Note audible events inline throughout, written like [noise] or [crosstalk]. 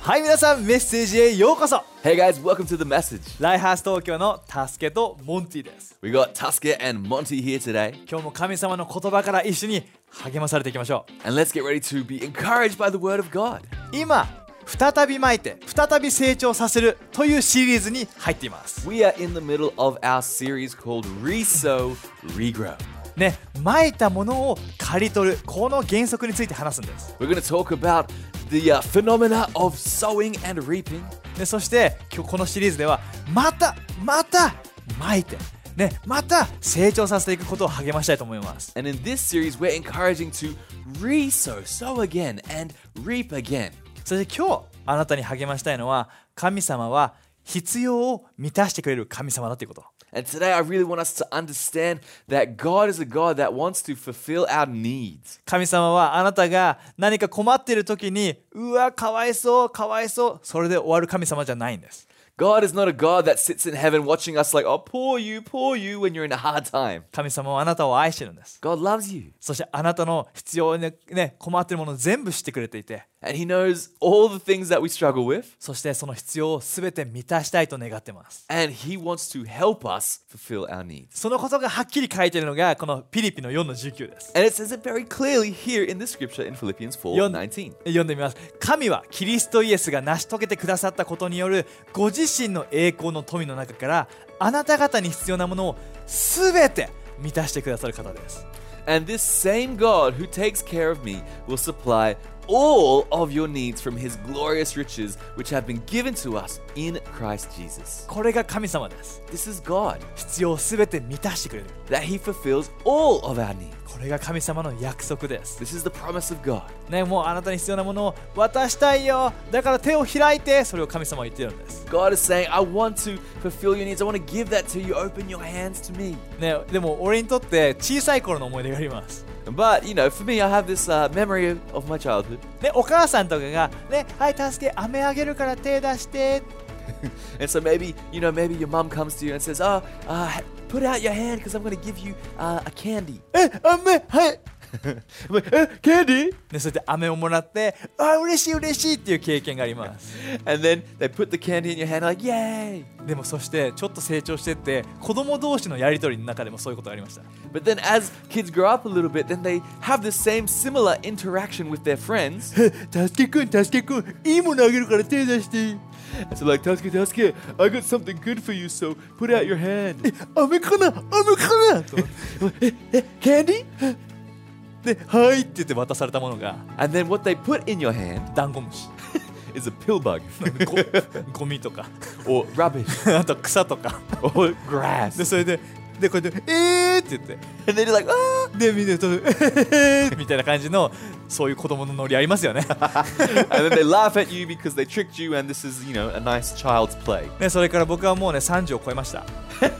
はい皆さんメッセージへようこそ Hey guys, welcome to the message. ライハース東京のタスケとモンティです We got Tusker and Monty here today, 今日も神様の言葉から一緒に励まされていきましょ and let's get ready to be encouraged by the word of God. う今再び巻いて再び成長させるというシリーズに入っています We are in the middle of our series called Resow, Regrow. ね巻いたものを刈り取るこの原則について話すんです We're going to talk about the uh, phenomena of sowing and reaping, でそして今日このシリーズではまたまた巻いてねまた成長させていくことを励ましたいと思います and in this series, we're encouraging to resow, sow again, and reap again. そして今日あなたに励ましたいのは神様は必要を満たしてくれる神様だということ And today, I really want us to understand that God is a God that wants to fulfill our needs. 神様はあなたが何か困っている時にうわかわいそうかわいそうそれで終わる神様じゃないんです God is not a God that sits in heaven watching us like, oh, poor you, poor you, when you're in a hard time. 神様はあなたを愛してるんです God loves you, そしてあなたの必要にね困っているものを全部知ってくれていて and He knows all the things that we struggle with, そしてその必要を全て満たしたいと願ってます and He wants to help us fulfill our needs. そのことがはっきり書いているのがこのピリピの4の19です And it says it very clearly here in this scripture in Philippians 4 19. 読んでみます神はキリストイエスが成し遂げてくださったことによるご自身の栄光の富の中からあなた方に必要なものを全て満たしてくださる方です And this same God who takes care of me will supply all of your needs from His glorious riches, which have been given to us in Christ Jesus. これが神様です This is God, 必要を全て満たしてくれる that He fulfills all of our needs. これが神様の約束です、 This is the promise of God. ね、もうあなたに必要なものを渡したいよだから手を開いてそれを神様は言ってるんです、 God is saying, I want to fulfill your needs. I want to give that to you. Open your hands to me. ね、でも俺にとって小さい頃の思い出があります But, you know, for me, I have this uh, memory of, of my childhood. ね、お母さんとかが「ね、はい助け飴あげるから手出して」 And so maybe, you know, maybe your mom comes to you and says, Oh, uh, put out your hand because I'm going to give you uh, a candy. [laughs] え、飴はい [laughs] I'm like, "Eh, candy? で、それで飴をもらって、あ、嬉しい嬉しいっていう経験があります。 And then they put the candy in your hand, like, Yay! でもそして、ちょっと成長してって、子供同士のやりとりの中でもそういうことがありました。 But then as kids grow up a little bit, then they have the same similar interaction with their [laughs] friends. 助けくん、助けくん、いいものあげるから手出して。 And so, like, Tasuke, Tasuke, I got something good for you, so put out your hand. Eh, 飴かな飴か [laughs] なとえ、え、ケンディで、はいって言って渡されたものが、 And then what they put in your hand ダンゴムシ。 is a pill [laughs] bug. ご [laughs] ゴミとか、 or rubbish あと草とか。 or grass. で、それで、で、こうやって、えーって言って。 and then you're like, ah! でみんなでえへ [laughs] へみたいな感じのそういう子供のノリありますよね [laughs] [laughs] and then they laugh at you because they tricked you, and this is, you know, a nice child's play. ねそれから僕はもうね30を超えました And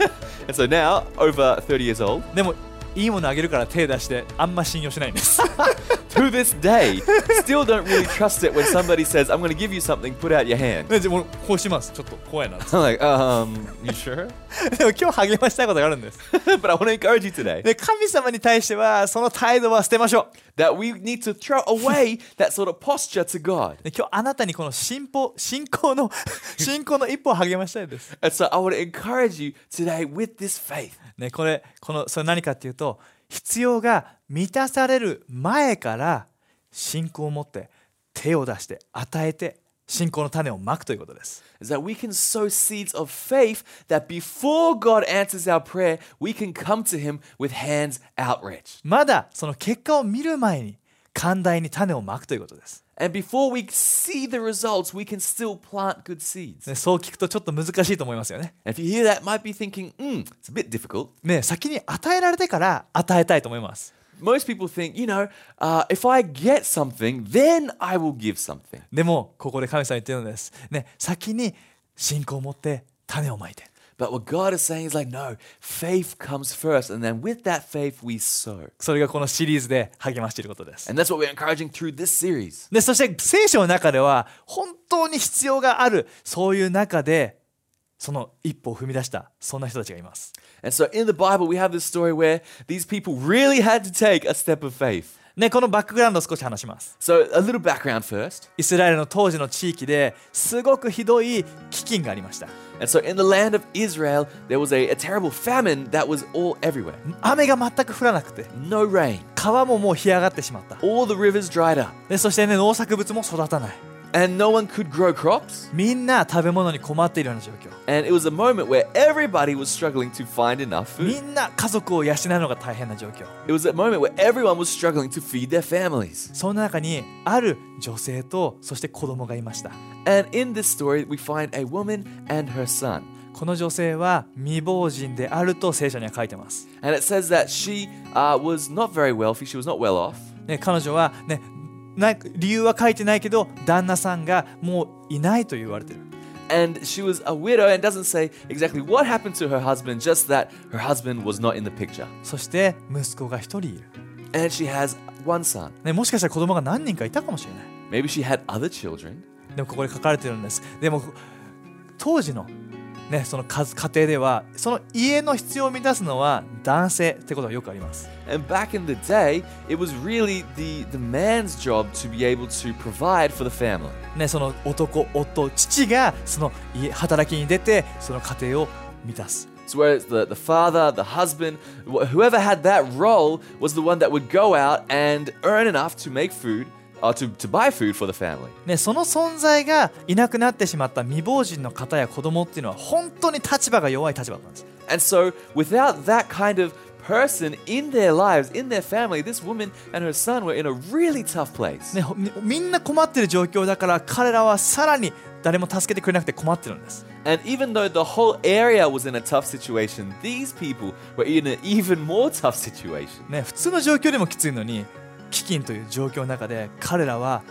so now, over 30 years old, でもいいものあげるから手出してあんま信用しないんです to this day, still don't really trust it when somebody says, I'm going to give you something, put out your hand. [laughs] ねでもこうしますちょっと怖いな I'm like, um, you sure? [laughs] でも今日励ましたいことがあるんです [laughs] but I want to encourage you today で神様に対してはその態度は捨てましょ that we need to throw [laughs] away that sort of posture to God. うで今日あなたにこの信歩信仰の信仰の一歩を励ましたいんです、 And so I want to encourage you today with this faith. ね、これこのそれ何かっていうと必要が満たされる前から信仰を持って手を出して与えて信仰の種をまくということです。 is that we can sow seeds of faith that before God answers our prayer, we can come to Him with hands outreached. まだその結果を見る前に寛大に種をまくということです。 And before we see the results, we can still plant good seeds. ね、そう聞くとちょっと難しいと思いますよね。 And if you hear that, might be thinking, hmm, it's a bit difficult. ね先に与えられてから与えたいと思います。 Most people think, you know, uh, if I get something, then I will give something. でもここで神様言ってるのです。ね先に信仰を持って種をまいて。 But what God is saying is like, no, faith comes first. And then with that faith, we sow. それがこのシリーズで励ましていることです。 And that's what we're encouraging through this series. でそして聖書の中では本当に必要があるそういう中でその一歩を踏み出したそんな人たちがいます。 And so in the Bible, we have this story where these people really had to take a step of faith. ね、このバックグラウンドを少し話します。 So, a little background first. イスラエルの当時の地域ですごくひどい飢饉がありました And so, in the land of Israel, there was a, a terrible famine that was all everywhere. 雨が全く降らなくて No rain. 川ももう干上がってしまった All the rivers dried up. でそしてね農作物も育たない And no one could grow crops. みんな食べ物に困っているような状況 And it was a moment where everybody was struggling to find enough み food. んな家族を養うのが大変な状況 It was a moment where everyone was struggling to feed their families. そんな中にある女性とそして子供がいました And in this story, we find a woman and her son. この女性は未亡人であると聖書には書いてます、 And it says that she uh, was not very wealthy, she was not well off. ね、彼女はねなんか理由は書いてないけど旦那さんがもういないと言われてる And she was a widow and doesn't say exactly what happened to her husband, just that her husband was not in the picture. そして息子が一人いる And she has one son. ね、もしかしたら子供が何人かいたかもしれない Maybe she had other children. でもここで書かれてるんですでも当時の,、ね、その数家庭ではその家の必要を満たすのは男性ってことがよくあります And back in the day, it was really the, the man's job to be able to provide for the family. ねその男夫父がその家働きに出てその家庭を満たす So whereas the, the father, the husband, wh- whoever had that role was the one that would go out and earn enough to make food, or to, to buy food for the family. ね、その存在がいなくなってしまった未亡人の方や子供っていうのは本当に立場が弱い立場だったんです And so, without that kind of person in their lives, in their family, this woman and her son were in a really tough place. [laughs] ね、ほみみんな困ってる状況だから彼らはさらに誰も助けてくれなくて困ってるんです And even though the whole area was in a tough situation, these people were in an even more tough situation. ね、普通の状況でもきついのに飢饉という状況の中で彼らは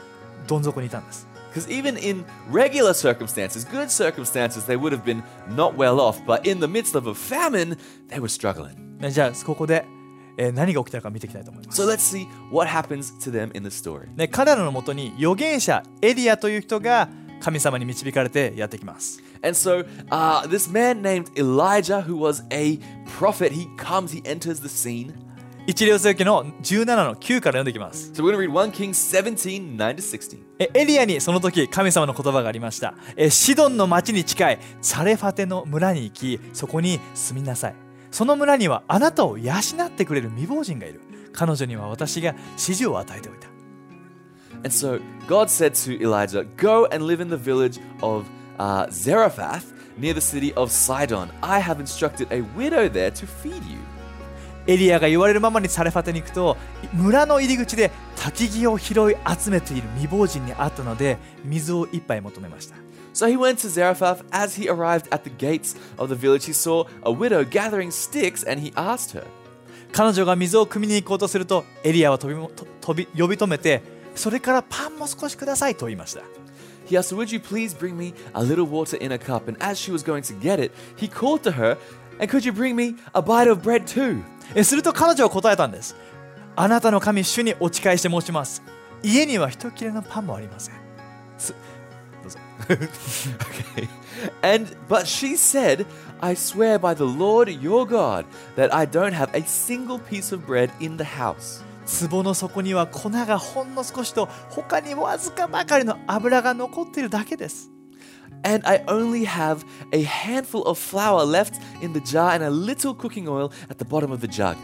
どん底にいたんです Because even in regular circumstances, good circumstances, they would have been not well off, but in the midst of a famine, they were struggling. ねじゃあここで、えー何が起きたのか見ていきたいと思います So let's see what happens to them in the story. ね、彼らのもとに預言者エリアという人が神様に導かれてやってきます、 And so, uh, this man named Elijah, who was a prophet, he comes, he enters the scene. 一両世紀の17の9から読んでいきます So we're going to read 1 Kings 17, 9 to 16. えエリアにその時神様の言葉がありましたえシドンの町に近いサレファテの村に行きそこに住みなさいその村にはあなたを養ってくれる未亡人がいる彼女には私が指示を与えておいた And so God said to Elijah, Go and live in the village of uh, Zarephath near the city of Sidon. I have instructed a widow there to feed you. エリアが言われるままにサレファテに行くと村の入り口で焚き木を拾い集めている未亡人に会ったので水を一杯求めました So he went to Zarephath. As he arrived at the gates of the village, he saw a widow gathering sticks and he asked her. 彼女が水を汲みに行こうとするとエリアは飛びもと飛び呼び止めてそれからパンも少しくださいと言いました He asked, Would you please bring me a little water in a cup? And as she was going to get it, he called to her, And could you bring me a bite of bread too? [laughs] えすると彼女は答えたんですあなたの神主にお誓いして申します家には一切れのパンもありません Okay. And but she said, I swear by the Lord your God that I don't have a single piece of bread in the house. 壺の底には粉がほんの少しと他にわずかばかりの油が残っているだけです And I only have a handful of flour left in the jar and a little cooking oil at the bottom of the jug.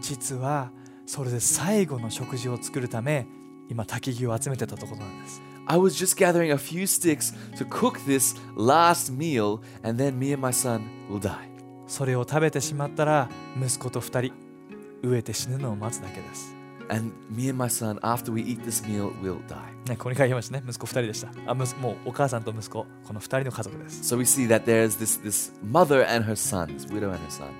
実はそれで最後の食事を作るため今焚き木を集めてたところなんです I was just gathering a few sticks to cook this last meal, and then me and my son will die. それを食べてしまったら息子と2人飢えて死ぬのを待つだけです、 And me and my son, after we eat this meal, will die. ね、ここに書いてましたね息子2人でしたあむすもうお母さんと息子この2人の家族です、 So we see that there's this this mother and her son, this widow and her son.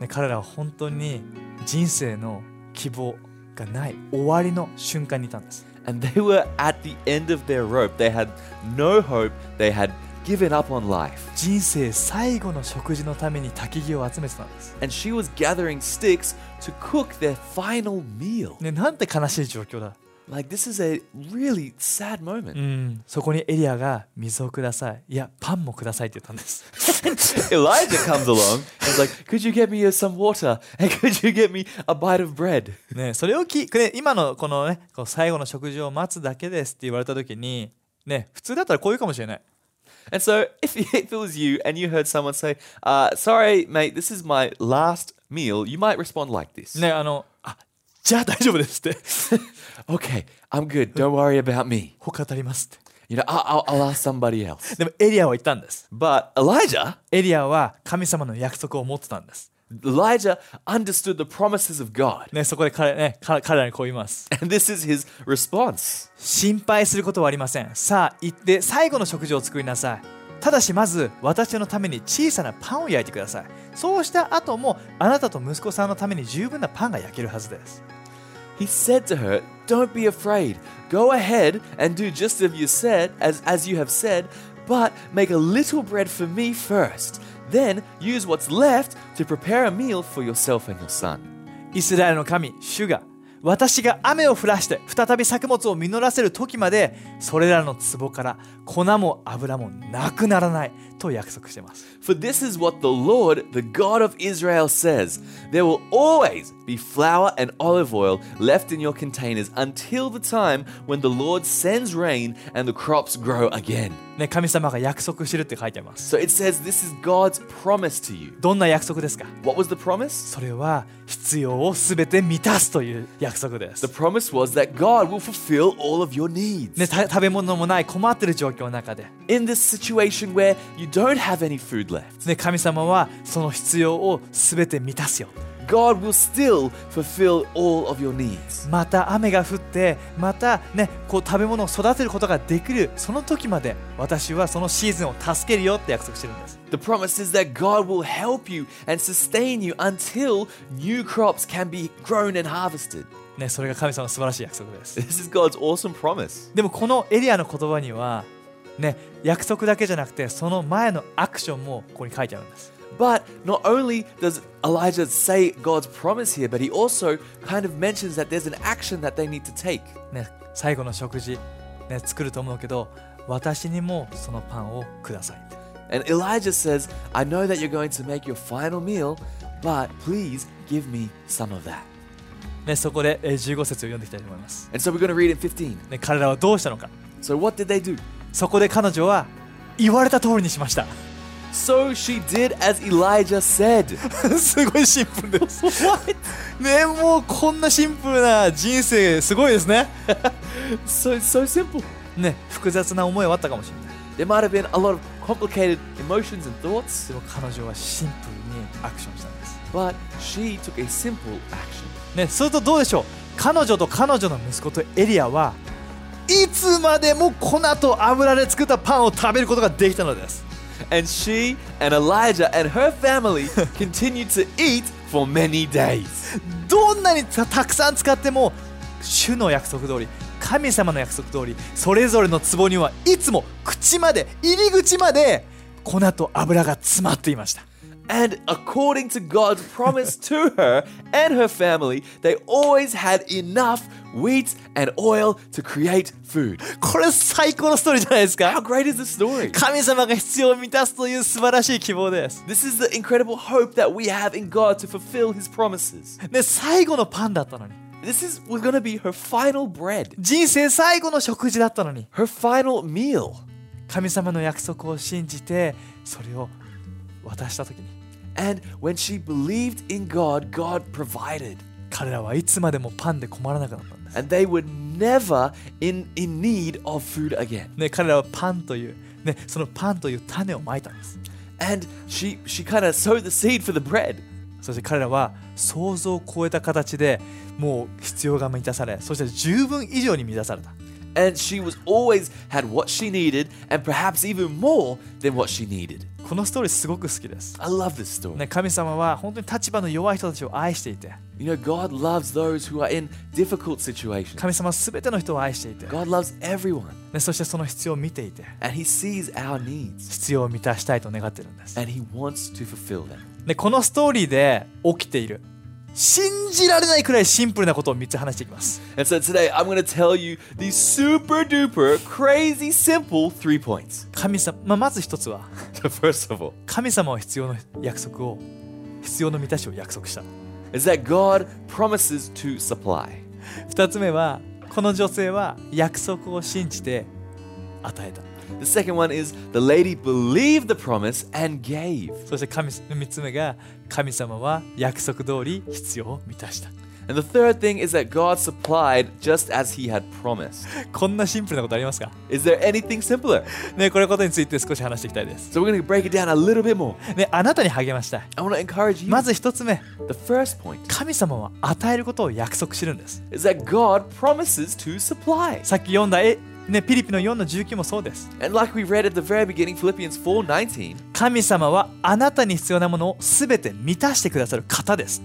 ね、彼らは本当に人生の希望がない終わりの瞬間にいたんです and they were at the end of their rope. They had no hope. They had given up on life. 人生最後の食事のために焚き木を集めてたんです、 And she was gathering sticks to cook their final meal. ね、なんて悲しい状況だ Like, this is a really sad う moment. ん、そこにエリアが水をくださいいやパンもくださいって言ったんです [laughs] Elijah comes along and is like, Could you get me uh, some water? [laughs] And could you get me a bite of bread? ねそれをき、ね、今のこのねこう最後の食事を待つだけですって言われた時にね普通だったらこういうかもしれない And so, if, [laughs] if it was you and you heard someone say, uh, Sorry, mate, this is my last meal, you might respond like this. ねあのあじゃあ大丈夫ですって Okay, I'm good. Don't worry about me. 他足りますっ You know, I- I'll, I'll ask somebody else. てでもエリアは言ったんです But Elijah, エリアは神様の約束を持ってたんです、 Elijah understood the promises of God. [laughs] ね、そこで彼,、ね、彼彼らにこう言います And this is his response. 心配することはありませんさあ行って最後の食事を作りなさいただしまず私のために小さなパンを焼いてくださいそうした後もあなたと息子さんのために十分なパンが焼けるはずです He said to her, Don't be afraid. Go ahead and do just as you said, as, as you have said, but make a little bread for me first. Then use what's left to prepare a meal for yourself and your son. イスラエルの神主が私が雨を降らして再び作物を実らせる時までそれらの壺から粉も油もなくならないと約束しています For this is what the Lord, the God of Israel, says There will always be flour and olive oil left in your containers until the time when the Lord sends rain and the crops grow again. ね神様が約束してるって書いてあります So it says this is God's promise to you. どんな約束ですか What was the promise? それは必要を全て満たすという約束です The promise was that God will fulfill all of your needs. ね、た食べ物もない困ってる状況の中で、 In this situation where you don't have any food left, ね、神様はその必要を全て満たすよ God will still fulfill all of your needs. また雨が降ってまた、ね、こう食べ物を育てることができるその時まで私はそのシーズンを助けるよって約束してるんです The promise is that God will help you and sustain you until new crops can be grown and harvested. ね、それが神様の素晴らしい約束です [laughs] This is God's awesome promise. でもこのエリアの言葉には、ね、約束だけじゃなくてその前のアクションもここに書いてあるんです But not only does Elijah say God's promise here, but he also kind of mentions that there's an action that they need to take. ね、最後の食事、ね、作ると思うけど私にもそのパンをください And Elijah says, I know that you're going to make your final meal, but please give me some of that. ね、そこでえー15節を読んでいきたいと思います、 And so we're going to read in 15. ね、彼らはどうしたのか So what did they do? そこで彼女は言われた通りにしました [laughs] So she did as Elijah said. [laughs] すごいシンプルですねもうこんなシンプルな人生すごいですね so it's so simple. ね複雑な思いはあったかもしれない There might have been a lot of complicated emotions and thoughts, でも彼女はシンプルにアクションしたんです but she took a simple action. ねするとどうでしょう彼女と彼女の息子とエリアはいつまでも粉と油で作ったパンを食べることができたのです And she and Elijah and her family continued to eat for many days. どんなにたたくさん使っても主の約束通り神様の約束通りそれぞれの壺にはいつも口まで入り口まで粉と油が詰まっていました And according to God's promise to her and her family, they always had enough wheat and oil to create food. これ最高のストーリーじゃないです How か great is this story? 神様が必要を満たすという素晴らしい希望です This is the incredible hope that we have in God to fulfill his promises. で最後のパンだったのに This is was going to be her final bread, 人生最後の食事だったのに her final meal. 神様の約束を信じてそれを渡した時に And when she believed in God, God provided. 彼らはいつまでもパンで困らなくなったんです and they were never in, in need of food again. ね、彼らはパンという、ね、そのパンという種をまいたんです。 And she, she kind of sowed the seed for the bread. そして彼らは想像を超えた形でもう必要が満たされ、そして十分以上に満たされた。 And she was always had what she needed and perhaps even more than what she needed. このストーリーすごく好きです。 I love this story. ね、神様は本当に立場の弱い人たちを愛していて、 You know, God loves those who are in difficult situations. 神様は全ての人を愛していて、 God loves everyone ね、そしてその必要を見ていて、 and He sees our needs 必要を満たしたいと願っているんです。 and He wants to fulfill them. ね、このストーリーで起きている、信じられないくらいシンプルなことを3つ話していきます And so today I'm going to tell you the super duper crazy simple three points. 神様、まあ、まず一つは So [laughs] first of all, 神様は必要の約束を必要の満たしを約束した is that God promises to supply. 2つ目はこの女性は約束を信じて与えた The second one is the lady believed the promise and gave. そして神3つ目が神様は約束通り必要を満たした And the third thing is that God supplied just as he had promised. こんなシンプルなことありますか Is there anything simpler? ねこれことについて少し話していきたいです So we're going to break it down a little bit more. ねあなたに励ましたい I want to encourage you. まず1つ目 The first point 神様は与えることを約束してるんです is that God promises to supply. さっき読んだえ、ね、ピリピの4の19もそうです And like we read at the very beginning, Philippians 4:19, 神様はあなたに必要なものを全て満たしてくださる方です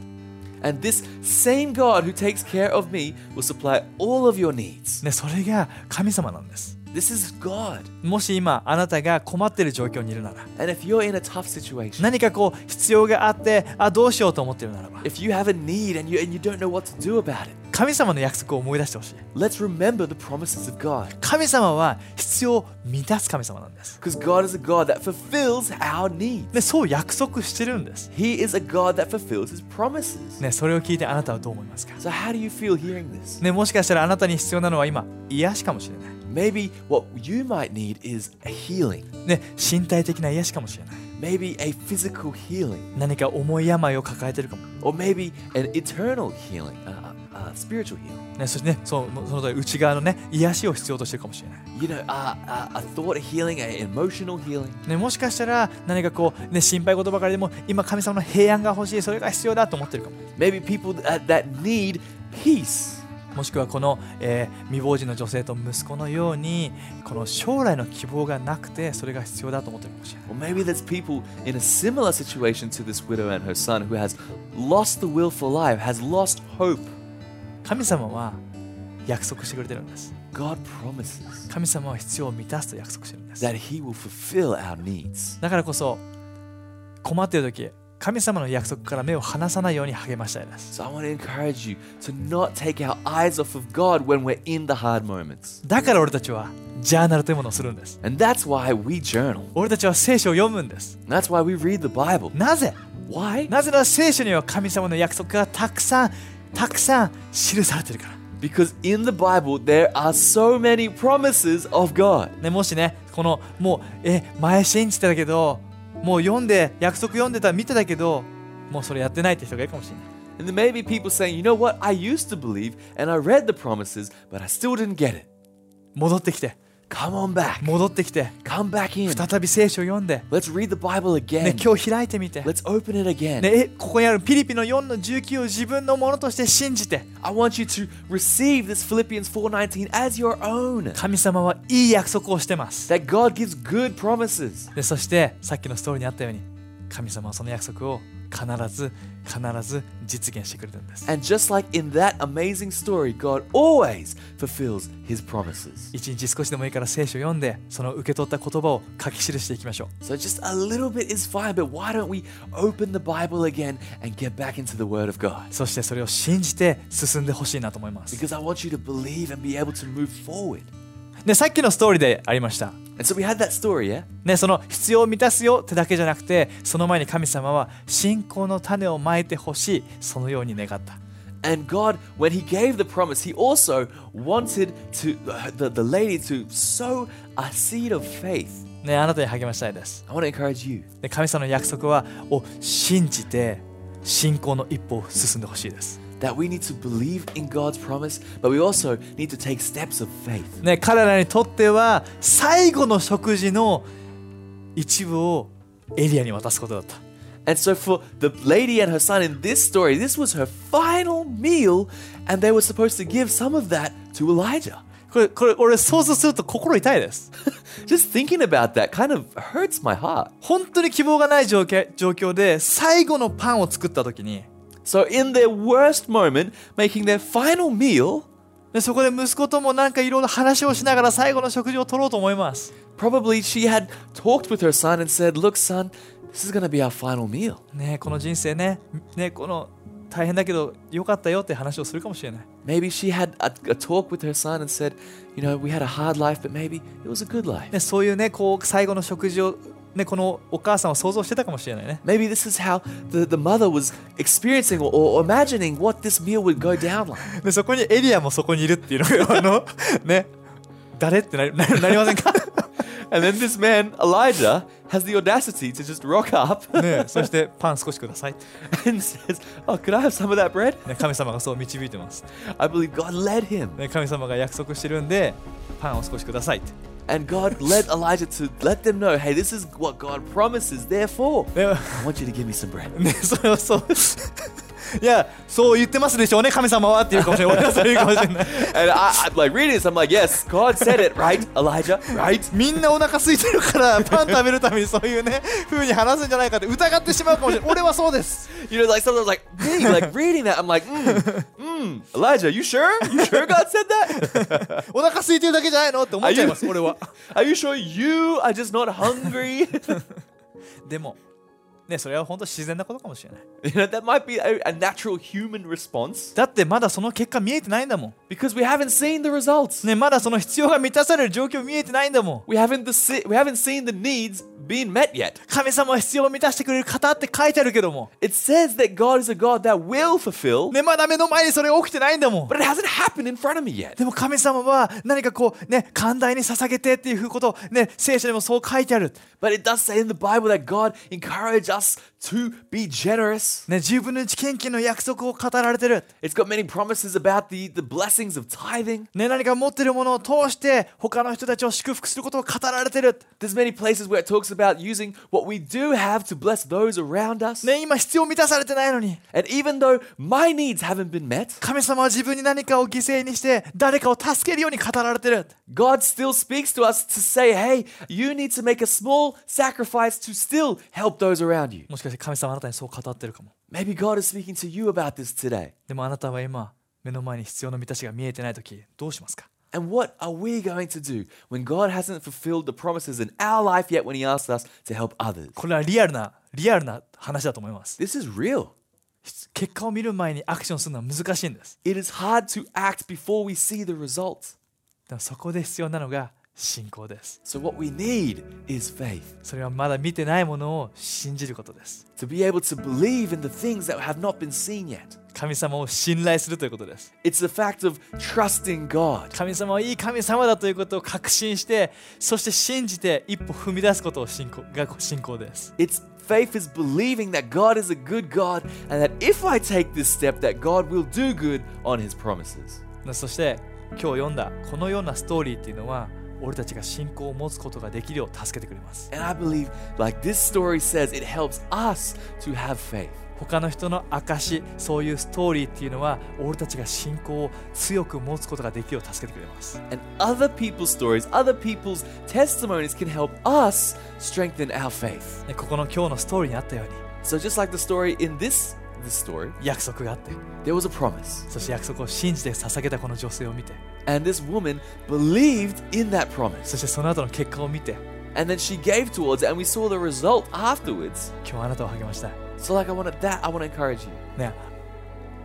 and this same God who takes care of me will supply all of your needs. ねそれが神様なんです This is God. もし今あなたが困っている状況にいるなら And if you're in a tough situation, 何かこう必要があってあどうしようと思っているならば if you have a need and you and you don't know what to do about it, 神様の約束を思い出してほしい let's remember the promises of God. 神様は必要を満たす神様なんです Because God is a God that fulfills our needs. ねそう約束してるんです He is a God that fulfills his promises. ねそれを聞いてあなたはどう思いますか So how do you feel hearing this? ねもしかしたらあなたに必要なのは今癒しかもしれない Maybe what you might need is a healing. ね、身体的な癒しかもしれない Maybe a physical healing. 何か重い病を抱えてるかも、 or maybe an eternal healing, a, a, a spiritual healing. ね、そしてねそうその通り内側のね癒しを必要としてるかもしれない、 You know, a, a, a thought healing, an emotional healing. ね、もしかしたら何かこう、ね、心配事ばかりでも今神様の平安が欲しいそれが必要だと思ってるかも Maybe people that, that need peace. もしくはこの、えー未亡人の女性と息子のようにこの将来の希望がなくてそれが必要だと思ってるかもしれない Or maybe there's people in a similar situation to this widow and her son who has lost the will for life, has lost hope. 神様は約束してくれてるんです God promises 神様は必要を満たすと約束してるんです that He will fulfill our needs. だからこそ困っている時神様の約束から目を離さないように励ましたいです So I want to encourage you to not take our eyes off of God when we're in the hard moments. だから俺たちはジャーナルというものをするんです And that's why we journal. 俺たちは聖書を読むんです That's why we read the Bible. なぜ Why? なぜなら聖書には神様の約束がたくさんたくさん記されてるから Because in the Bible, there are so many promises of God. ね、もしねこのもうえ前信じてたけどもう読んで約束読んでた見てたけどもうそれやってないって人がいるかもしれない And there may be people saying, you know what, I used to believe and I read the promises, but I still didn't get it. 戻ってきて Come on back. 戻ってきて Come back in. 再び聖書を読んで、 Let's read the Bible ね again.、今日開いてみて、ね、 Let's open it again. えここにあるピリピの4の19を自分のものとして信じて I want you to receive this Philippians 4:19 as your own. 神様はいい約束をしてます、 That God gives good promises. でそしてさっきのストーリーにあったように神様はその約束を必ず必ず実現してくれるんです And just like in that amazing story, God always fulfills his promises. 一日少しでもいいから聖書を読んでその受け取った言葉を書き記していきましょう So just a little bit is fine, but why don't we open the Bible again and get back into the Word of God? そしてそれを信じて進んでほしいなと思います。 Because I want you to believe and be able to move forward. で、さっきのストーリーでありました。 And so we had that story, yeah? ね、その必要を満たすよってだけじゃなくて、その前に神様は信仰の種をまいてほしい、そのように願った。 And God, when He gave the promise, He also wanted to uh, the, the lady to sow a seed of faith. ね、あなたに励ましたいです。 I want to encourage you で神様の約束はを信じて、信仰の一歩を進んでほしいです。 that we need to believe in God's promise, but we also need to take steps of faith. ね、彼らにとっては最後の食事の一部をエリアに渡すことだった。 And so for the lady and her son in this story, this was her final meal, and they were supposed to give some of that to Elijah. [laughs] これ、これ俺想像すると心痛いです。 Just thinking about that kind of hurts my heart. 本当に希望がない状況状況で最後のパンを作った時に So in their worst moment, making their final meal, でそこで息子ともなんかいろいろ話をしながら最後の食事を取ろうと思います probably she had talked with her son and said, "Look, son, this is going to be our final meal." ねえこの人生ねねえこの大変だけどよかったよって話をするかもしれない Maybe she had a, a talk with her son and said, you know, we had a hard life, but maybe it was a good life. ね、そういうねこう最後の食事を、ね、このお母さんは想像してたかもしれないね Maybe this is how the, the mother was experiencing or, or imagining what this meal would go down [laughs] like. でそこにエリアもそこにいるっていうの [laughs] があのね誰ってなりななりません [laughs] か [laughs] And then this man, Elijah, has the audacity to just rock up [laughs] ねそしてパン少しくださいって and says, Oh, could I have some of that bread? ね、神様がそう導いてます、 I believe God led him. ね、神様が約束してるんでパンを少しくださいって And God led Elijah to let them know, hey, this is what God promises, therefore, ね I want you to give me some bread. [laughs] ねそれをそういやそう言ってますでしょうね神様はっていうかもしれない俺はそう言うかもしれない And I, I'm like reading this, I'm like, yes, God said it, right, Elijah, right? みんなお腹空いてるからパン食べるためにそういうね風に話すんじゃないかって疑ってしまうかもしれない俺はそうです You know, like sometimes like me, like reading that, I'm like, mm, mm, Elijah, you sure? You sure God said that? お腹空いてるだけじゃないのって思っちゃいます俺は [laughs] Are you sure you are just not hungry? [laughs] でもねそれは本当自然なことかもしれない you know, that might be a, a natural human response だってまだその結果見えてないんだも because we haven't seen the results. んねまだその必要が満たされる状況見えてないんだもん We haven't the se- we haven't seen the needs being met yet. 神様は必要を満たしてくれる方って書いてあるけども It says that God is a God that will fulfill, ねまだ目の前にそれ起きてないんだもん but it hasn't happened in front of me yet. でも神様は何かこうね寛大に捧げてっていうことをね聖書にもそう書いてある But it does say in the Bible that God encouraged us to be generous. ね10分の1献金の約束を語られてる It's got many promises about the, the blessings of tithing. ね何か持ってるものを通して他の人たちを祝福することを語られてる There's many places where it talks about using what we do have to bless those around us. ね今必要満たされてないのに And even though my needs haven't been met, 神様は自分に何かを犠牲にして誰かを助けるように語られてる God still speaks to us to say, hey, you need to make a small sacrifice to still help those around you. もしかして神様はあなたにそう語ってるかも Maybe God is speaking to you about this today. でもあなたは今目の前に必要な満たしが見えてない時どうしますか And what are we going to do when God hasn't fulfilled the promises in our life yet when He asks us to help others? これはリアルなリアルな話だと思います This is real. 結果を見る前にアクションするのは難しいんです It is hard to act before we see the results. でもそこで必要なのが信仰です So, what we need is faith それはまだ見てないものを信じることです to be able to believe in the things that have not been seen yet. 神様を信頼するということです It's the fact of trusting God. 神様はいい神様だということを確信してそして信じて一歩踏み出すことを信仰が信仰です It's faith is believing that God is a good God and that if I take this step, that God will do good on His promises. そして今日読んだこのようなストーリーっていうのは俺たちが信仰を持つことができるよう助けてくれます And I believe, like this story says, it helps us to have faith. 他の人の証そういうストーリーっていうのは俺たちが信仰を強く持つことができるよう助けてくれます And other people's stories, other people's testimonies can help us strengthen our faith. ねここの今日のストーリーにあったように So just like the story in this this story, 約束があって there was a promise. そして約束を信じて捧げたこの女性を見て And this woman believed in that promise. そしてその後の結果を見て And then she gave towards it and we saw the result afterwards. 今日あなたを励ましたい So like I wanted that, I want to encourage you ね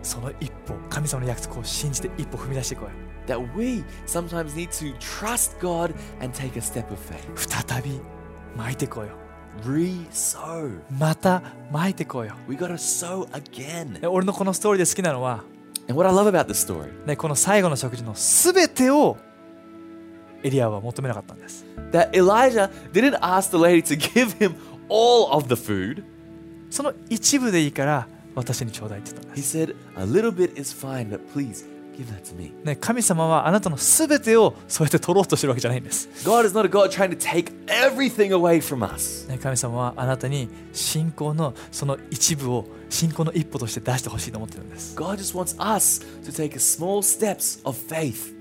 その一歩神様の約束を信じて一歩踏み出してこい that we sometimes need to trust God and take a step of faith. 再び巻いてこいよ Re-sow. また巻いてこいよ We gotta sow again. ね俺のこのストーリーで好きなのは、 And what I love about this story ね、この最後の食事の全てをエリアは求めなかったんです。 that Elijah didn't ask the lady to give him all of the food. その一部でいいから私にちょうだいって言ったんで He す。 said, "A little bit is fine, but please give that to me." ね、神様はあなたの全てをそうやって取ろうとしてるわけじゃないんです。 God is not a God trying to take everything away from us. ね、神様はあなたに信仰のその一部を信仰の一歩として出してほしいと思ってるんです。 God just wants us to take small steps of faith,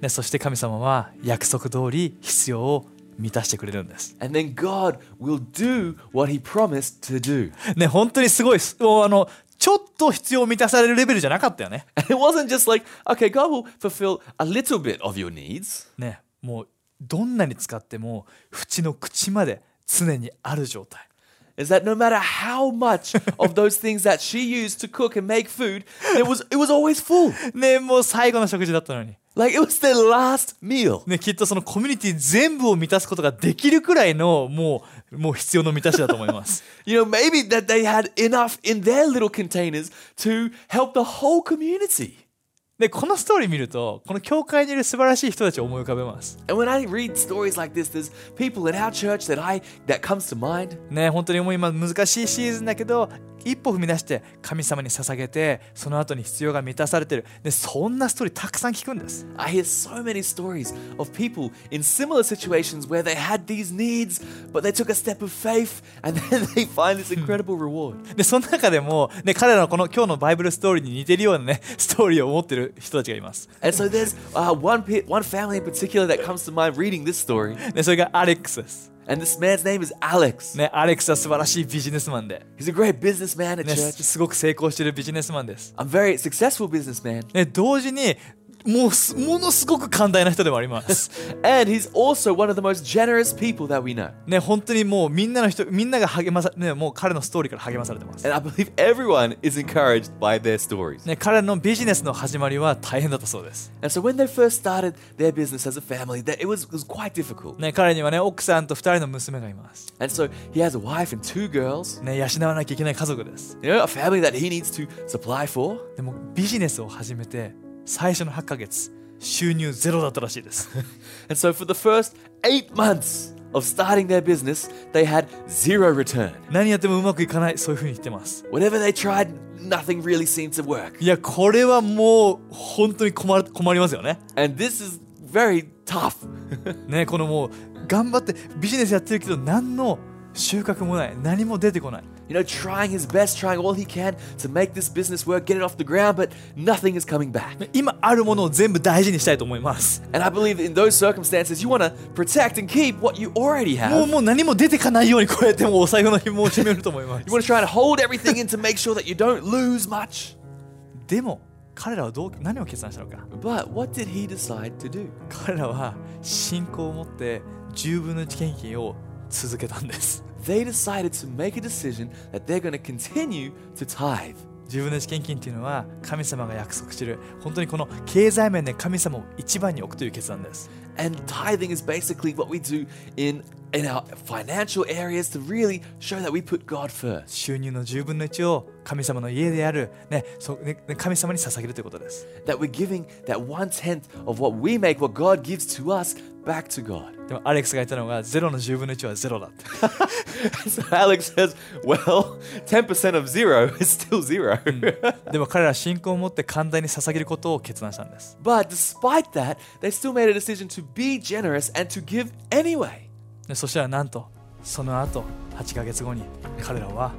ね、そして神様は約束通り必要を満たしてくれるんです。 and then God will do what He promised to do. ね、本当にすごいです。もうあのちょっと必要を満たされるレベルじゃなかったよね。 And [laughs] it wasn't just like, "Okay, God will fulfill a little bit of your needs." ねもうどんなに使っても縁の口まで常にある状態 is that no matter how much of those things that she used to cook and make food, it was it was always full. ねもう最後の食事だったのに Like it was their last meal. ね、きっとそのコミュニティ全部を満たすことができるくらいのもうもう必要の満たしだと思います You know, maybe that they had enough in their little containers to help the whole community. でこのストーリー見るとこの教会にいる素晴らしい人たちを思い浮かべます And when I read stories like this, there's people in our church that I that comes to mind. ね本当にもう今難しいシーズンだけど一歩踏み出して神様に捧げてその後に必要が満たされてるでそんなストーリーたくさん聞くんです I hear so many stories of people in similar situations where they had these needs, but they took a step of faith [laughs] and then they find this incredible reward. でその中でも、ね、彼らのこの今日のバイブルストーリーに似てるようなね [laughs] ストーリーを持ってる人たちがいます、 And so there's uh, one pe- one family in particular that comes to mind reading this story, ね、それがアレックスです、 and this man's name is Alex. ね、アレックスは素晴らしいビジネスマンで、 He's a great businessman at ね、 church, すごく成功してるビジネスマンです、 a very successful businessman, ね、同時にもうすものすごく寛大な人でもあり [laughs] ます、 and he's also one of the most generous people that we know. ね、本当にもうみんなの人みんなが励まさ、ね、もう彼のストーリーから励まされてます、 And I believe everyone is encouraged by their stories. ね、彼のビジネスの始まりは大変だったそうです、 And so when they first started their business as a family, that it was, it was quite difficult. ね、彼にはね奥さんと2人の娘がいます、 And so he has a wife and two girls, ね、養わなきゃいけない家族です you know, a family that he needs to supply for. でもビジネスを始めて最初の8ヶ月収入ゼロだったらしいです And so for the first eight months of starting their business, they had zero return. 何やってもうまくいかないそういうふうに言ってます Whatever they tried, nothing really seemed to work. いやこれはもう本当に困る困りますよね And this is very tough. [laughs] ねこのもう頑張ってビジネスやってるけど何の収穫もない何も出てこない you know, trying his best, trying all he can to make this business work, get it off the ground, but nothing is coming back. 今あるものを全部大事にしたいと思います And I believe in those circumstances, you want to protect and keep what you already もう have. もう何も出てかないようにこうやってもうお財布の紐を締めると思い [laughs] ます You want to try and hold everything in to make sure that you don't lose much. でも彼らはどう何を決断したのか But what did he decide to do? 彼らは信仰を持って10分の1献金を続けたんです They decided to make a decision that they're going to continue to tithe. 10分の1献金っていうのは神様が約束してる本当にこの経済面で神様を一番に置くという決断です And tithing is basically what we do in in our financial areas to really show that we put God first. 収入の10分の1を神様の家である、ねそねね神様に捧げるということです That we're giving that one tenth of what we make, what God gives to us, back to God. [laughs] でもアレックスが言ったのが0の10分の1は0だって So Alex says, well, 10% of zero [laughs] is still zero. でも彼らは信仰を持って寛大に捧げることを決断したんです [laughs] but despite that, they still made a decision to be generous and to give anyway. でそしたらなんとその後8ヶ月後に彼らは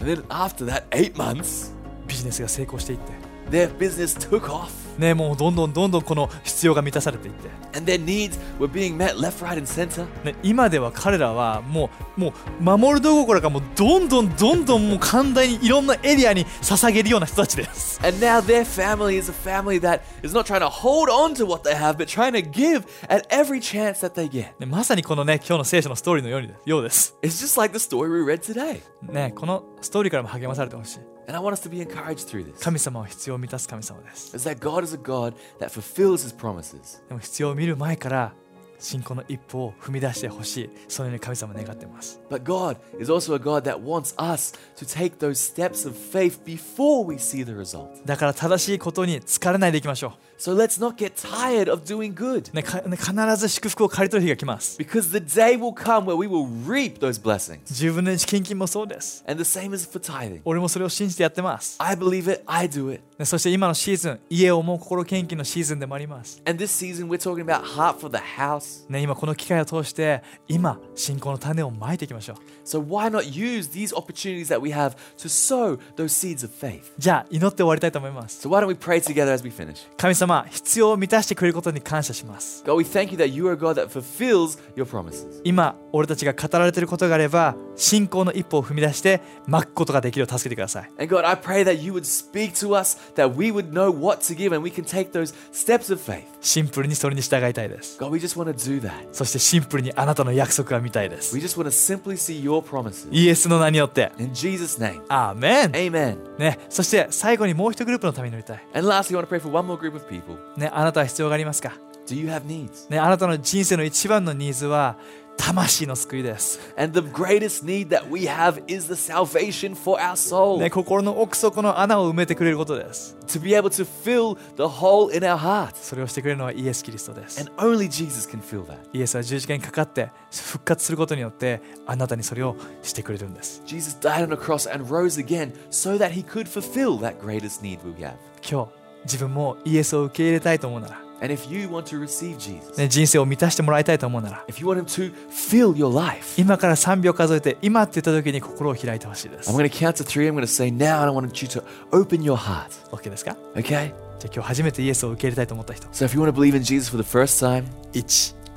And then after that, eight months, ビジネスが成功していって their business took off ねもうどんどんどんどんこの必要が満たされていって、 and their needs were being met left, right, and center. ね、今では彼らはもうもう守るどころかもうどんどんどんどんもう寛大にいろんなエリアに捧げるような人たちです And now their family is a family that is not trying to hold on to what they have, but trying to give at every chance that they get. ねまさにこのね今日の聖書のストーリーのようにようです It's just like the story we read today. ねこのストーリーからも励まされてほしい And I want us to be encouraged through this. 神様は必要を満たす神様です Is that God is a God that fulfills his promises. でも必要を見る前から信仰の一歩を踏み出してほしいそのように神様は願ってます But God is also a God that wants us to take those steps of faith before we see the result. だから正しいことに疲れないでいきましょ So let's not get tired of doing good う、ねかね必ず祝福を借り取る日が来ます because the day will come where we will reap those blessings. 10分の1献金もそうです And the same is for tithing. 俺もそれを信じてやってます、 I believe it, I do it. ねそして今のシーズン家を思う心献金のシーズンでもあります、 And this season, we're talking about heart for the house. ね、今この機会を通して今信仰の種をまいていきましょう So why not use these opportunities that we have to sow those seeds of faith? じゃあ祈って終わりたいと思います So why don't we pray together as we finish? 神様必要を満たしてくれることに感謝します God, we thank you that you are a God that fulfills your promises. 今俺たちが語られていることがあれば信仰の一歩を踏み出して巻くことができるよう助けてください And God, I pray that you would speak to us, that we would know what to give and we can take those steps of faith. シンプルにそれに従いたいです God, we just want to do that. そしてシンプルにあなたの約束が見たいです We just want to simply see your promises. イエスの名によって In Jesus' name, アーメン amen. ね、そして最後にもう一グループのために乗りたい、 And lastly, I want to pray for one more group of people. ね、あなたは必要がありますか、 Do you have needs? ね、あなたの人生の一番のニーズは魂の救いです、 And the greatest need that we have is the salvation for our soul. ね、心の奥底の穴を埋めてくれることです to be able to fill the hole in our hearts. それをしてくれるのはイエス・キリストです And only Jesus can fill that. イエスは十字架にかかって復活することによってあなたにそれをしてくれるんです Jesus died on a cross and rose again so that he could fulfill that greatest need we have. 今日自分もイエスを受け入れたいと思うなら、 And if you want to receive Jesus, ね、人生を満たしてもらいたいと思うなら if you want him to fill your life, 今から3秒数えて今って言った時に心を開いてほしいです I'm going to count to three. I'm going to say now, and I want you to open your heart. OK ですか Okay? じゃあ今日初めてイエスを受け入れたいと思った人 So if you want to believe in Jesus for the first time, 123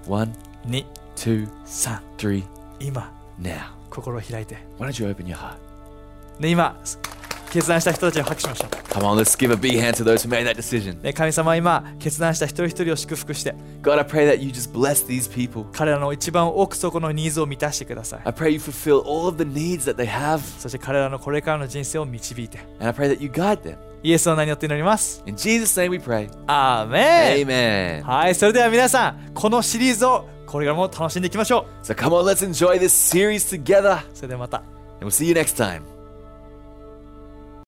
one, two, three, 今 now. 心を開いて Why don't you open your heart? で今決断した人たちに拍手しましょう、 Come on, let's give a big hand to those who made that decision. ね、神様は今決断した一人一人を祝福して God, I pray that you just bless these people. 彼らの一番奥底のニーズを満たしてください I pray you fulfill all of the needs that they have, そして彼らのこれからの人生を導いて and I pray that you guide them. イエスの名によって祈ります In Jesus' name we pray. アーメン Amen. はいそれでは皆さんこのシリーズをこれからも楽しんでいきましょ So come on, let's enjoy this series together, うそれではまた and we'll see you next time.